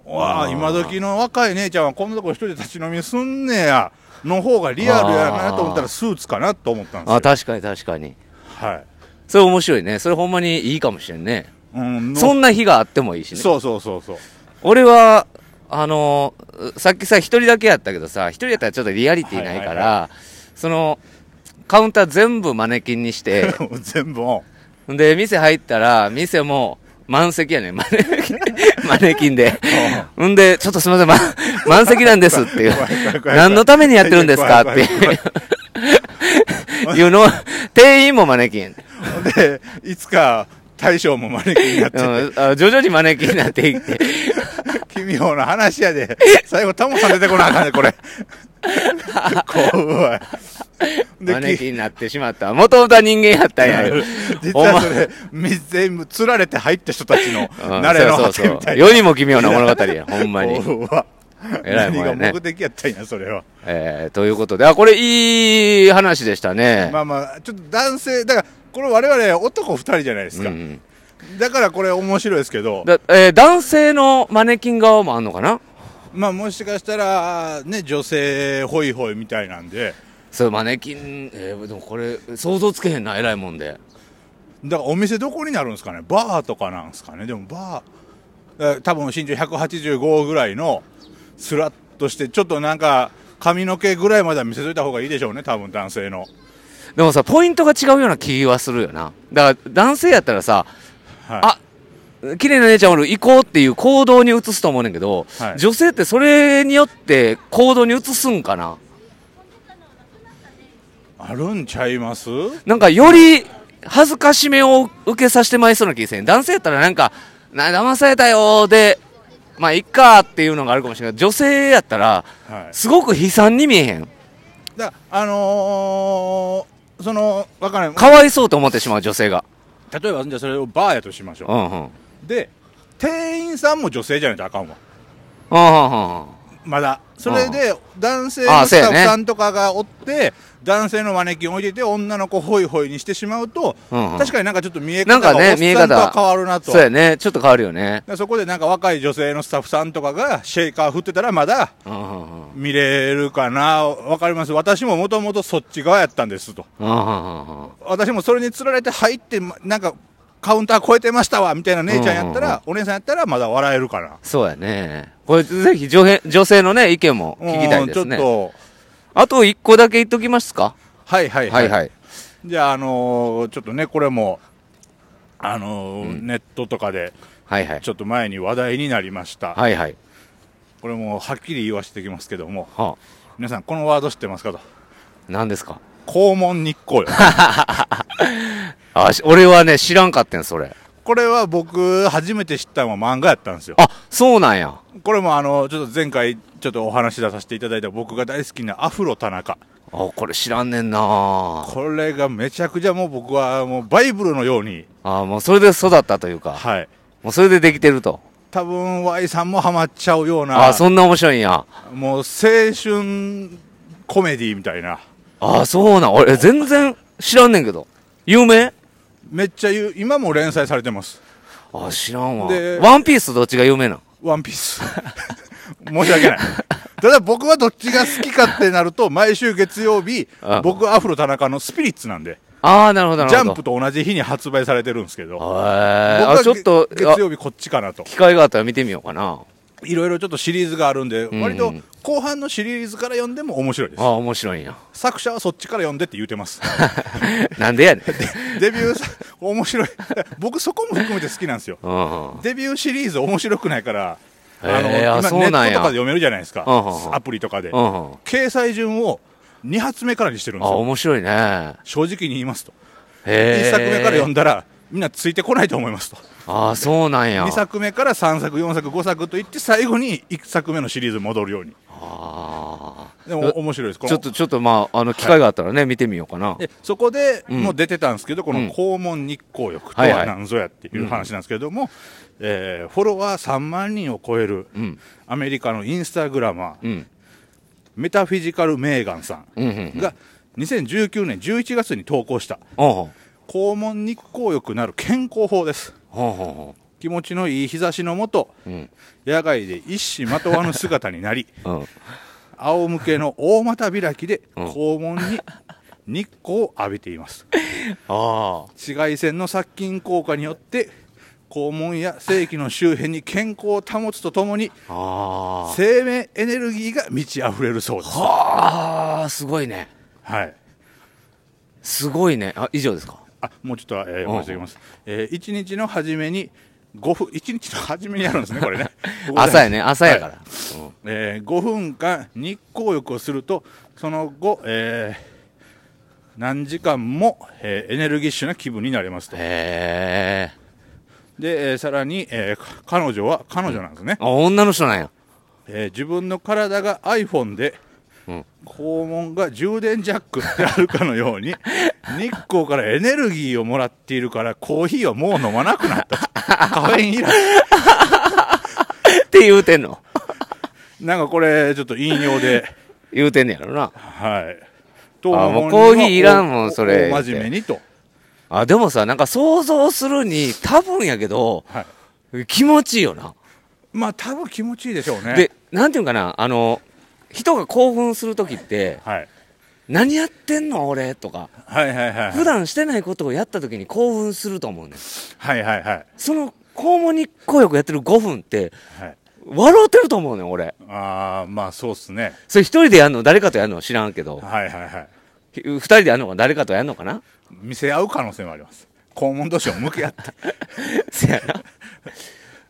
わ
あ
あ
ー
今時の若い姉ちゃんはこんなとこ一人で立ち飲みすんねやの方がリアルやなと思ったらスーツかなと思ったんです
あ
よ
確かに確かに
はい、
それ面白いねそれほんまにいいかもしれんね
うん、の
そんな日があってもいいしね
そうそうそうそう
俺はあのーさっきさ一人だけやったけどさ一人やったらちょっとリアリティないから、
はいはい
そのカウンター全部マネキンにして
全部を
で店入ったら店も満席やねん マネキンマネキン でんでちょっとすみません、ま、満席なんですっていう
怖い怖い怖い怖い
何のためにやってるんですかって
怖い怖い
いうのを店員もマネキ ン
でいつか大将も招きになって
うん、あ徐々にマネキンになっていって
奇妙な話 やで最後タモさん出てこなあかんねこれ怖い
マネ
き
キンになってしまった元々は人間やったんや よ
実はそれみ全部釣られて入った人たちの
うん
慣れの果てみたいな
世にも奇妙な物語 やほんまに、
怖っ
偉いもんやね
何が目的やったんやそれは
えーということであこれいい話でしたね、
まあまあちょっと男性だからこれ我々男2人じゃないです
うん
か、
うん
だからこれ面白いですけど
だえー男性のマネキン側もあんのかな
まあもしかしたらね女性ホイホイみたいなんで
そうマネキン、えーでもこれ想像つけへんな偉いもんで
だからお店どこになるんですかねバーとかなんですかねでもバーだから多分身長185ぐらいのスラッとしてちょっとなんか髪の毛ぐらいまでは見せといた方がいいでしょうね多分男性の
でもさポイントが違うような気はするよなだから男性やったらさ
はい
あ綺麗な姉ちゃんおる行こうっていう行動に移すと思うねんけど、
はい
女性ってそれによって行動に移すんかな
あるんちゃいます
なんかより恥ずかしめを受けさせてまいそうな気がせん男性やったらなんか「な騙されたよ」でまあいっかっていうのがあるかもしれないけど女性やったら
はい
すごく悲惨に見えへん
だあのーそのわかんない
かわいそうと思ってしまう女性が
例えばじゃあそれをバーやとしまし
う
ょ
んうん
うで店員さんも女性じゃないとあかんわ
うんうんうんうん
まだそれで男性
あ
の
あ
ス
そう
タ
や
ッ
ね
フさんとかがおって男性のマネキン置いてて女の子ホイホイにしてしまうと、
うんうん
確かになんかちょっと見え
な
方
ん
が
かね
おっ
見え
さん
方
とは変わるなと
そうやねちょっと変わるよね
でそこでなんか若い女性のスタッフさんとかがシェイカー振ってたらまだ
うんうんうん
見れるかなわかります私ももともとそっち側やったんですと
うんうんうんうん
私もそれにつられて入ってまなんかカウンター超えてましたわみたいな姉ちゃんやったら、
うんうん
お姉さんやったらまだ笑えるかな
そうやねこれぜひ女へ女性のね意見も聞きたいです
うんち
ね
ょっと
あと一個だけ言っときますか
はいはい
はいはい
じゃあ、あのーちょっとね、これも、あのーネットとかで、
はいはい
ちょっと前に話題になりました。
はいはい
これもうはっきり言わせてきますけども、
は
皆さん、このワード知ってますかと。
あ何ですか
肛門 日光よ。
あし俺はね知らんかったんそれ
これは僕、初めて知ったのは漫画やったんですよ。
あそうなんや
これもあの、ちょっと前回、ちょっとお話し出させていただいた僕が大好きなアフロ田中。
あこれ知らんねんな
これがめちゃくちゃもう僕はもうバイブルのように、
あもうそれで育ったというか
はい。
もうそれでできてると
多分 Y さんもハマっちゃうような、
あそんな面白いんや
もう青春コメディみたいな。
あそうなん俺全然知らんねんけど有名
めっちゃ言う今も連載されてます
あ知らんわ
で
ワンピースとどっちが有名なん
「ワンピース 申し訳ないただ僕はどっちが好きかってなると毎週月曜日
あ
僕アフロ田中のスピリッツなんで
ああなるほどなる
ジ
ほど
ャンプと同じ日に発売されてるんですけど
へえ
僕は
あちょっと
月
あ
月曜日こっちかなと
機会があったら見てみようかない
ろいろちょっとシリーズがあるんで
ん
割と後半のシリーズから読んでも面白いです
あ面白 いんや
作者はそっちから読んでって言うてます
なんでやねん
デビューさ面白い僕そこも含めて好きなんですよ
うんうん
デビューシリーズ面白くないからあの
へーあ
今ネット
そ
と
う
か
なん
で
や
読めるじゃないですか
うんうんうん
アプリとかで
うんうん
掲載順を2発目からにしてるんで
あ
すよ
面白いね
正直に言いますと
へえ
1作目から読んだらみんなついてこないと思いますと
あそうなんや
2作目から3作4作5作といって最後に1作目のシリーズに戻るように
あ
で
え
も面白いですこ
あ
の
ちょっとちょっとまああの機会があったらね、見てみようかな
でそこで
ん
もう出てたんですけど、この肛門日光浴とは何ぞやっていう話なんですけども、えーフォロワー3万人を超える
ん
アメリカのインスタグラマー、
うん
メタフィジカル・メーガンさん
うんうん
が2019年11月に投稿した
おう
肛門日光浴なる健康法です
ほうほうほ
気持ちのいい日差しのもと
う。うん。
野外で一糸まとわぬ姿にな り
うん。
仰向けの大股開きで
うん
肛門に日光を浴びています
あ
紫外線の殺菌効果によって肛門や性器の周辺に健康を保つとともに
あ。あ
生命エネルギーが満ち溢れるそうで
あ。
す
はあ、すごいね。
はい
すごいね。あ、以上ですか。
あもうちょっと、えー、
うん
申し上げます、えー、1日の初めに5分1日の初めにあるんで すねこれね
朝やね、朝やから。
はいえー、5分間日光浴をするとその後、えー何時間も、えーエネルギッシュな気分になれますと
へえ。
で、えーさらに、えーか彼女は彼女なんですね、
あ、女の人なんや。
えー自分の体が iPhone で、
うん
肛門が充電ジャックであるかのように日光からエネルギーをもらっているからコーヒーをもう飲まなくなったとカフェイン以来
って言うてんの。
なんかこれちょっと引用で
言うてんねやろな。
はい
あもうコーヒーいらんもん
お
それ
お真面目にと、
あ、でもさ、なんか想像するに、多分やけど、
はい、
気持ちいいよな。
まあ多分気持ちいいでしょうね
で、なんていうんかな、あの、人が興奮するときって、
はい、
何やってんの俺とか、
はいはいはいはい
普段してないことをやったときに興奮すると思うねん
はいはいはい
その、肛門日光浴やってる5分って、
はい
笑うてると思うねん俺。
ああまあそうっすね
それ一人でやるの誰かとやるのは知らんけど、
はいはいはい
ひ二人でやるのは誰かとやるのか な
見せ合う可能性もあります肛門同士を向き合って
せやな。だか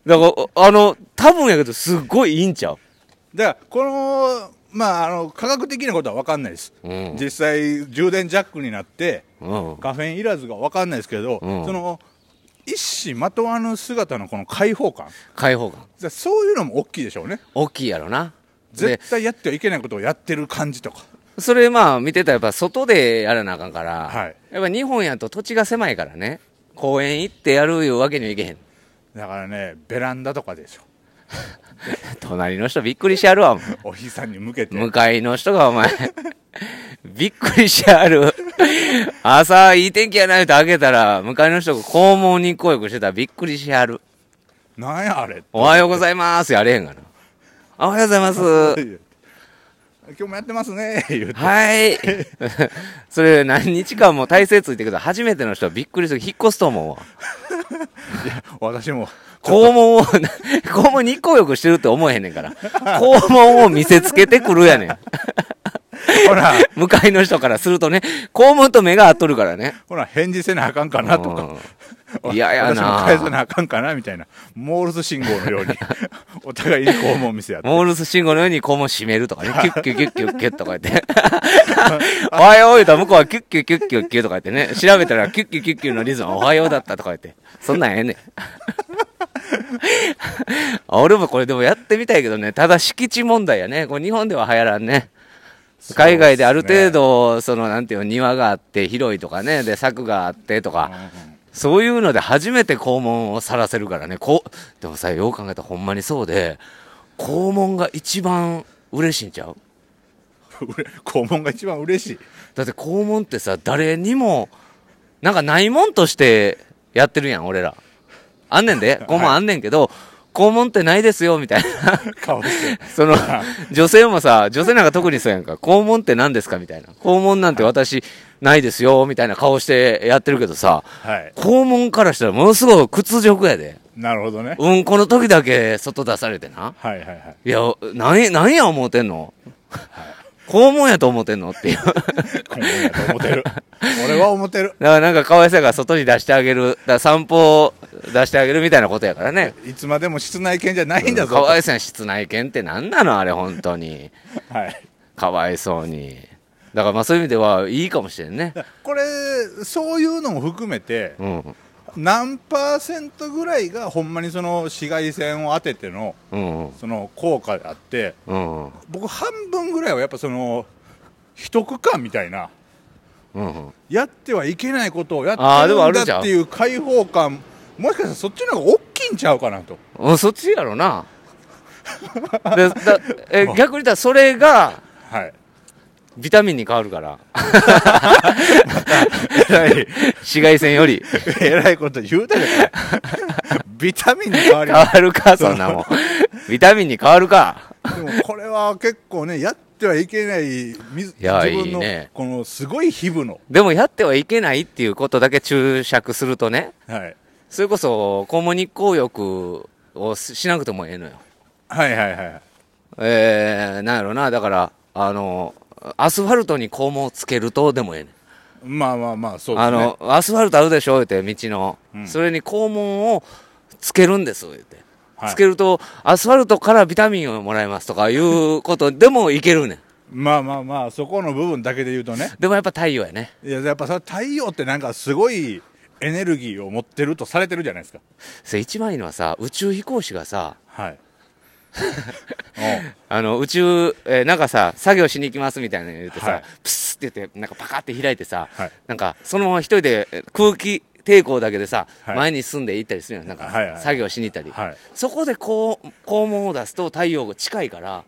らお、あの、多分やけど、すっごいいいんちゃう
だからこのまああの科学的なことは分かんないです、
うん
実際充電ジャックになって
うん。
カフェインいらずが分かんないですけど、
うん
その一糸まとわぬ姿のこの解放感だか
開放感。
らそういうのも大きいでしょうね
大きいやろな。で、
絶対やってはいけないことをやってる感じとか
それまあ見てたらやっぱ外でやらなあかんから、
はい
やっぱ日本やと土地が狭いからね、公園行ってやるいうわけにはいけへん。
だからねベランダとか でしょ
隣の人びっくりしやるわ、もう
お日さんに向けて
向かいの人がお前、 びっくりしやる。朝いい天気やないと開けたら、向かいの人が肛門に声くしてたらびっくりしやる。
なんやあれ
おはようございますやれへんがな。おはようございます。
今日もやってますね言うて
はい。 それ何日間も体勢ついてくると初めての人はびっくりする。引っ越すと思うわ。
私も
肛門を、 肛門日光浴してるって思えへんねんから。肛門を見せつけてくるやねん。
ほら
向かいの人からするとね、肛門と目が合っとるからね。
ほら返事せなあかんかなとか
うん。いややな
私も返さなあかんかなみたいなモールス信号 のようにお互いに肛門を見せ合って
モールス信号のように肛門閉めるとかね、キュッキュッキュッキュッキュッとか言って。おはよう言うたら向こうはキュッキュッキュッキュッキュッとか言ってね、調べたらキュッキュッキュッキュッのリズムはおはようだったとか言って。そんなんええねん。あ俺もこれでもやってみたいけどね、ただ敷地問題やね。これ日本では流行らんね。海外である程度、そのなんていうの庭があって広いとかね、で柵があってとか、そういうので初めて肛門を晒せるからね。こう、でもさ、よう考えたらほんまにそうで、肛門が一番嬉しいんちゃう
うれ肛門が一番嬉しい
だって肛門ってさ、誰にも、なんかないもんとしてやってるやん、俺ら。あんねんで、肛門あんねんけど、肛門ってないですよ、みたいな。
顔して
その、女性もさ、女性なんか特にそうやんか、肛門って何ですかみたいな。肛門なんて私、ないですよ、みたいな顔してやってるけどさ、
はい
肛門からしたらものすごい屈辱やで。
なるほどね
うんこの時だけ外出されてな。
はいはいはい
いや、なんや、なんや思うてんの肛門やと思うてんのっていう。だか
肛門やと思って る俺は思ってる
らなんか可愛さが外に出してあげる。だから散歩を出してあげるみたいなことやからね。
いつまでも室内犬じゃないんだぞ
可愛さや室内犬って何なのあれ本当に。
はい
かわいそうに。だからまあそういう意味ではいいかもしれんね。
これそういうのも含めて
うん。
何パーセントぐらいがほんまにその紫外線を当てての
うん。
その効果であって
うん。
僕半分ぐらいはやっぱその秘匿感みたいな
うん。
やってはいけないことをやって
あーでもあ
る
る
ん
じゃ
だ
ん
っていう解放感もしかしたらそっちの方が大きいんちゃうかなと
うん。そっちやろな。でだえ逆に言ったらそれが
はい
ビタミンに変わる から。
えらい、
紫外線より。
えらいこと言うたじゃん。 ビタミンに変わり
変
ま
わ
す。
るか、そんなもん。ビタミンに変わるか。
でもこれは結構ね、やってはいけない、み自
いや
分の
いいね
このすごい皮膚の、
でもやってはいけないっていうことだけ注釈するとね、
はい、
それこそ、肛門日光浴をしなくてもええのよ。
はいはいはい。
えー、なんやろな、だから、あの、アスファルトに肛門をつけるとでもええねん。
まあまあまあ、そうですね。
あの、アスファルトあるでしょ、言うて、道の。
うん
それに肛門をつけるんです、言うて。
はい
つけると、アスファルトからビタミンをもらえますとかいうことでもいけるねん。
まあまあまあ、そこの部分だけで言うとね、
でもやっぱ太陽やね。
いややっぱそれ太陽ってなんかすごいエネルギーを持ってるとされてるじゃないですか。
それ一番いいのはさ、宇宙飛行士がさ、
はい。
あの、宇宙、えーなんかさ、作業しに行きますみたいなの言うてさ、
はい
プスって言って、なんかパカって開いてさ、
はい
なんか、そのまま一人でえー空気抵抗だけでさ、
はい
前に進んで行ったりするよ。なんか、
はいはい
作業しに行ったり。
はい
そこでこう、肛門を出すと太陽が近い から、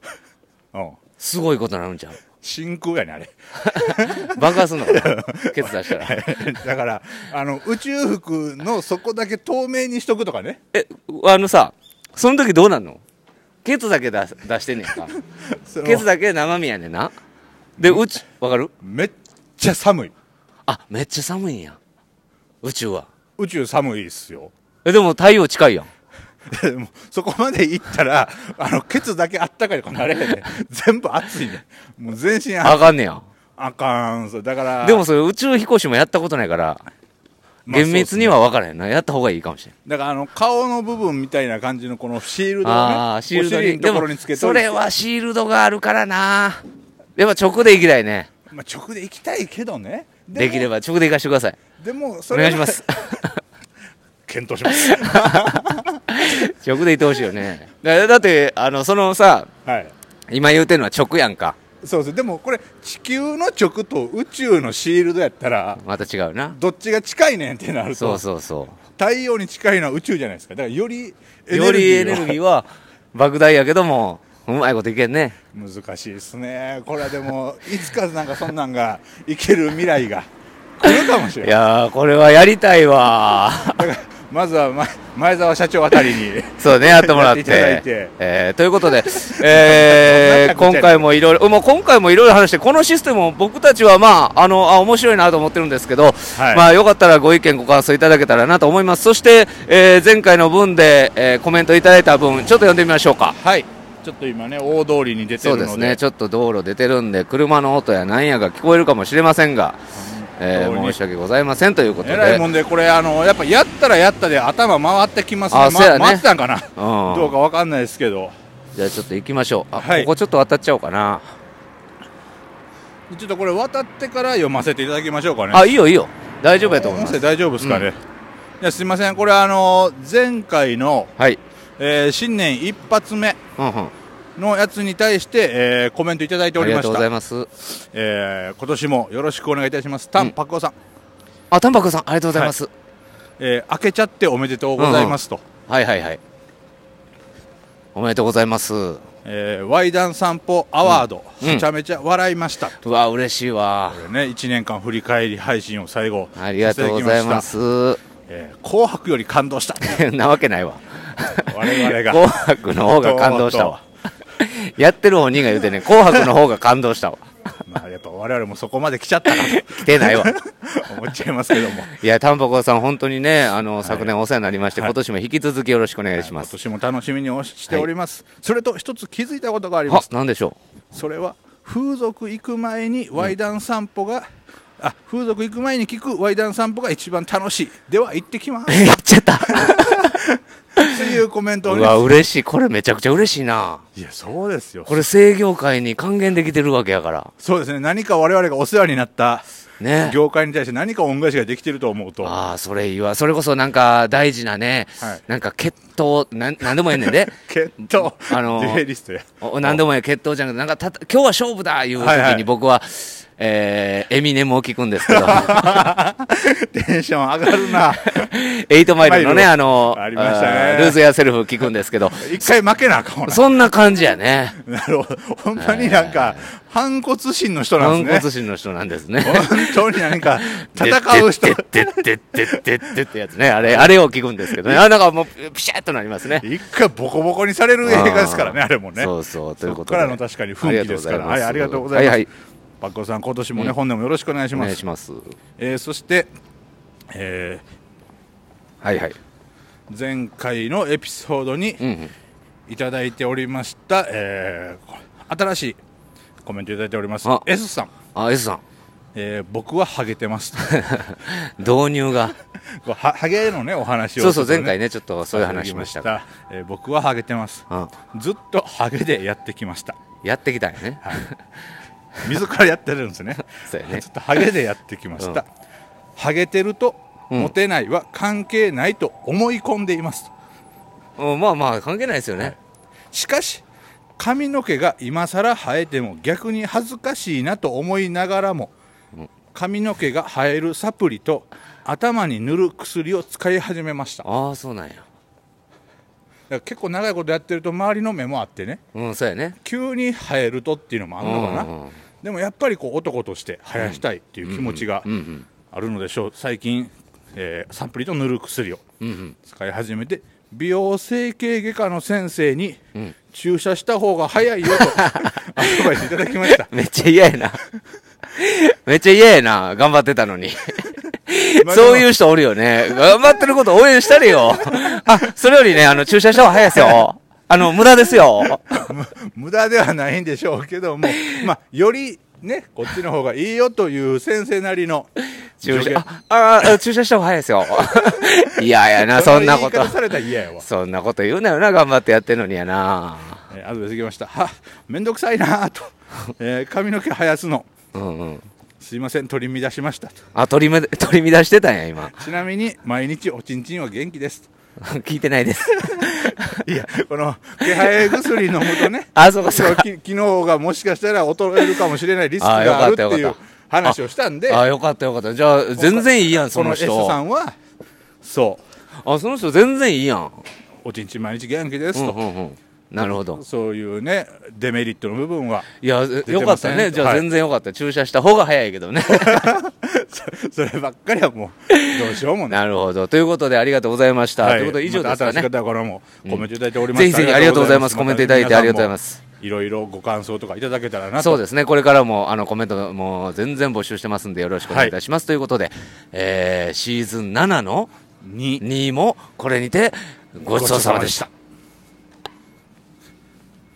うん。うん。
すごいことになるんちゃう
真空やね、あれ。
爆破すんのかなケツ出したら。
だから、あの、宇宙服のそこだけ透明にしとくとかね。
え、あのさ、その時どうなんのケツだけ出す出してんねん か。
その
ケツだけ生身やねんな。で、うち、わかる
めっちゃ寒い。
あ、めっちゃ寒いんや。宇宙は。
宇宙寒いっすよ。
え、でも太陽近いやん。
でもそこまで行ったら、あの、ケツだけあったかいとかなれへん ね。全部暑いね。もう全身あ
あかんねや。
あかん、そう。だから、
でもそれ宇宙飛行士もやったことないから、
まあ
厳密には分からへんな。やった方がいいかもしれん。
だからあの顔の部分みたいな感じのこのシールドをね
ああー、シールド
お尻
に。
のところ
で
に
も
つけて
それはシールドがあるからな。やっぱ直で行きたいね。
まあ、直で行きたいけどねも
できれば直で行かしてください。
でもそ
お
れ
願
はい
します。
検討します
直で行ってほしいよね。だだって、あの、そのさ、
はい
今言うてんのは直やんか。
そうそうでもこれ地球の直と宇宙のシールドやったら
また違うな。
どっちが近いねんってなると
そうそうそ
太陽に近いのは宇宙じゃないですかだからより
う。よりエネルギ
ー
ーは莫大やけども、うまいこといけんね。
は難しいですねこれはでもいつかなんかそんなんがいける未来が来るかもしれ
い
ない
やー、これはやりたいわー。
だからまずは前前澤社長あたりに
そうね、やってもらっ
や
て。
っていただいて
えーということで、えー
そんな
今
感じやね
回もいろいろ、もう今回もいろいろ話して、このシステムを僕たちはまあ、あの、あ、面白いなと思ってるんですけど、
はい
まあ、よかったらご意見、ご感想いただけたらなと思います。そして、えー前回の分で、えーコメントいただいた分、ちょっと読んでみましょうか。
はい。ちょっと今ね、大通りに出て
そ
る
う
ので。
ですね、ちょっと道路出てるんで、車の音やなんやが聞こえるかもしれませんが、え
本当
ー
に
申し訳ございませんということで。
えらいもんで、これ、あの、やっぱやったらやったで頭回ってきますね。
あ
ま
そうやね
回ってたんかな、
うん
どうかわかんないですけど。
じゃあちょっと行きましょう。あ、
はい
ここちょっと渡っちゃおうかな。
ちょっとこれ渡ってから読ませていただきましょうかね。
あ、いいよいいよ。大丈夫やと思いま
音声
す。
大丈夫ですかね。いやすいません、これあの、前回の、
はい。
えー新年一発目
うんうん。
のやつに対して、えーコメントいただいてお
ありが
りま
とう
し
ござい
た。
ます。
えー今年もよろしくお願いいたします。タンパクオさん、
あ、タンパクさん、ありがとうございます。
えー明けちゃっておめでとうございますと。
はい、はい、はいはいおめでとうございます。う
えーワイダン散歩アワード、
うん
めちゃめちゃ笑いました、
わ、嬉しいわ
こ。れね、1年間振り返り配信を最後、
ありがとうございま
させて
す。
ただきました。えー紅白より感動した、
なわけないわ。
我々が。
紅白の方が感動したわ。やってる本人が言うてね、紅白の方が感動したわ。
まあ、やっぱ我々もそこまで来ちゃったな
来てないわ。
と 思っちゃいますけども、
いや、タンパクさん、本当にね、あの、昨年お世話になりまして、
はい
今年も引き続きよろしくお願いしま
今
す。
年も楽しみにおししております、それと一つ気づいたことがあり
は
ます、、
なんでしょ
それは風俗行く前にワイダン散歩が、あ風俗行く前に聞くワイダン散歩が一番楽しい、では行ってきま
う。
す
やっちゃった。
というコメントを
う
ね
わ、嬉しい。これめちゃくちゃ嬉しいな。
いや、そうですよ
こ、れ、制業界に還元できてるわけやから。
そうですね、何か我々がお世話になった
ね。
業界に対して何か恩返しができてると思うと、
ああ、それいいわ。それこそなんか大事なね、
はい
なんか血糖、 なん、なんでもええねんで。
決闘、
あのー
デュエリストや、
おなんでもええ血糖じゃなくて、なんかたた今日は勝負だいう時
はいは
に
い
僕は、えー、エミネムを聞くんです けど、
テンション上が るな
エイトマイルのね、
マイル
あの、
ありましたね
あールーズ・ヤーセルフ聞くんですけど、
一回負けなあかんわな
そんな感じやね。
なるほどほんまになんか反骨心の人な
反
んですね
骨心の人なんですね。
本当に 何か戦う人
でででででででってやつね。あれ、あれを聞くんですけどね。あ、なんかもう、ピシャッとなりますね。
一回ボコボコにされる映画ですからねあれもね
そうそう、という
こ
こ
ことか
で。
らの確かに奮起ですからはいありがとうございます
はいはい、
パッコさん今年もね、本年もよろしくお願いし
お
ま
願い
す
します。
えーそして、え
はいはい。
ー前回のエピソードに
うんうん。
いただいておりました、えー新しいコメントいただいております
あ
S さん、
あ、S さん、
えー僕はハゲてますと
導入 が。
こうはハゲのねお話を
そうそう、
ちょっ
前
とね
回ね、ちょっとそういう話しましたが。
えー僕はハゲてます
うん
ずっとハゲでやってきました
やってきたんやね。
自らやってるんですね
そうやね
ずっとハゲでやってきました、
うん
ハゲてると
ん
モテないは関係ないと思い込んでいます、
うんまあまあ、関係ないですよね。
しかし髪の毛が今さら生えても逆に恥ずかしいなと思いながらも髪の毛が生えるサプリと頭に塗る薬を使い始めましただか
ああ、そうなんや。
ら結構長いことやってると周りの目もあってね
うん、そうやね。
急に生えるとっていうのもあるのかな、
うんうん
でもやっぱりこう男として生やしたいっていう気持ちが
うんうん。
あるのでしょう最近、えーサプリと塗る薬を
うんうん。
使い始めて美容整形外科の先生に
ん
注射した方が早 いよとアドバイスいただきました
めっちゃ嫌やな。 めっちゃ嫌やな。頑張ってたの に。
まあ
そういう人おるよね。頑張ってること応援したれ よ。あ、それよりね、あの、注射した方が早いですよ。あの、無駄ですよ。
む無駄ではないんでしょう けども、まあ、よりねこっちの方がいいよという先生なりの
注射
助言、
あ、あ、注射した方が早いで すよ。いやいやな、そんなこ
言
と
い。方されたら嫌やわ、
そんなこと言うなよな、頑張ってやってんのにやな。
えー、アドバイスいただきましたはめんどくさいなぁと、えー髪の毛生やすの
うんうん。
すいません取り乱しましたと
あ、 取りめ、取り乱してたんや、今。
ちなみに毎日おちんちんは元気です
聞いてないです。
いやこの気配薬飲むとね
あ、そうか、
そ
そう
の
か。
き機能がもしかしたら衰えるかもしれないリスク
あーよ
が
か
あ
っ
るったて
よかった
いう話をしたんで
あ、よかったよかった。じゃあ、全然いいやん、そ
この
の
S
人。
さんはそう
あ、その人全然いいやん。
おちんちん毎日元気です
うん
と、
うんうん。なるほど。
そういうねデメリットの部分は
いや、え
て
よかった
ませ
ね。
ん
じゃ
は
あ
い
全然よかった。注射した方が早いけどね。
そればっかりはもうどうしようもな い。
なるほど。ということで、ありがとうございました。
はい
ということで、以上
ま
で
た
すか
新しい
ね。
方からもコメントいただいております、
ぜひぜひありがとうございます。コメントいただいてありがとうございますす。
またね皆さんもいろいろご感想とかいただけたらなと
そうですね。これからも、あの、コメントも全然募集してますんで、よろしくお願いいたします。ということで、えー、シーズン7の
に
2も、これにて、ごちそうさまでした。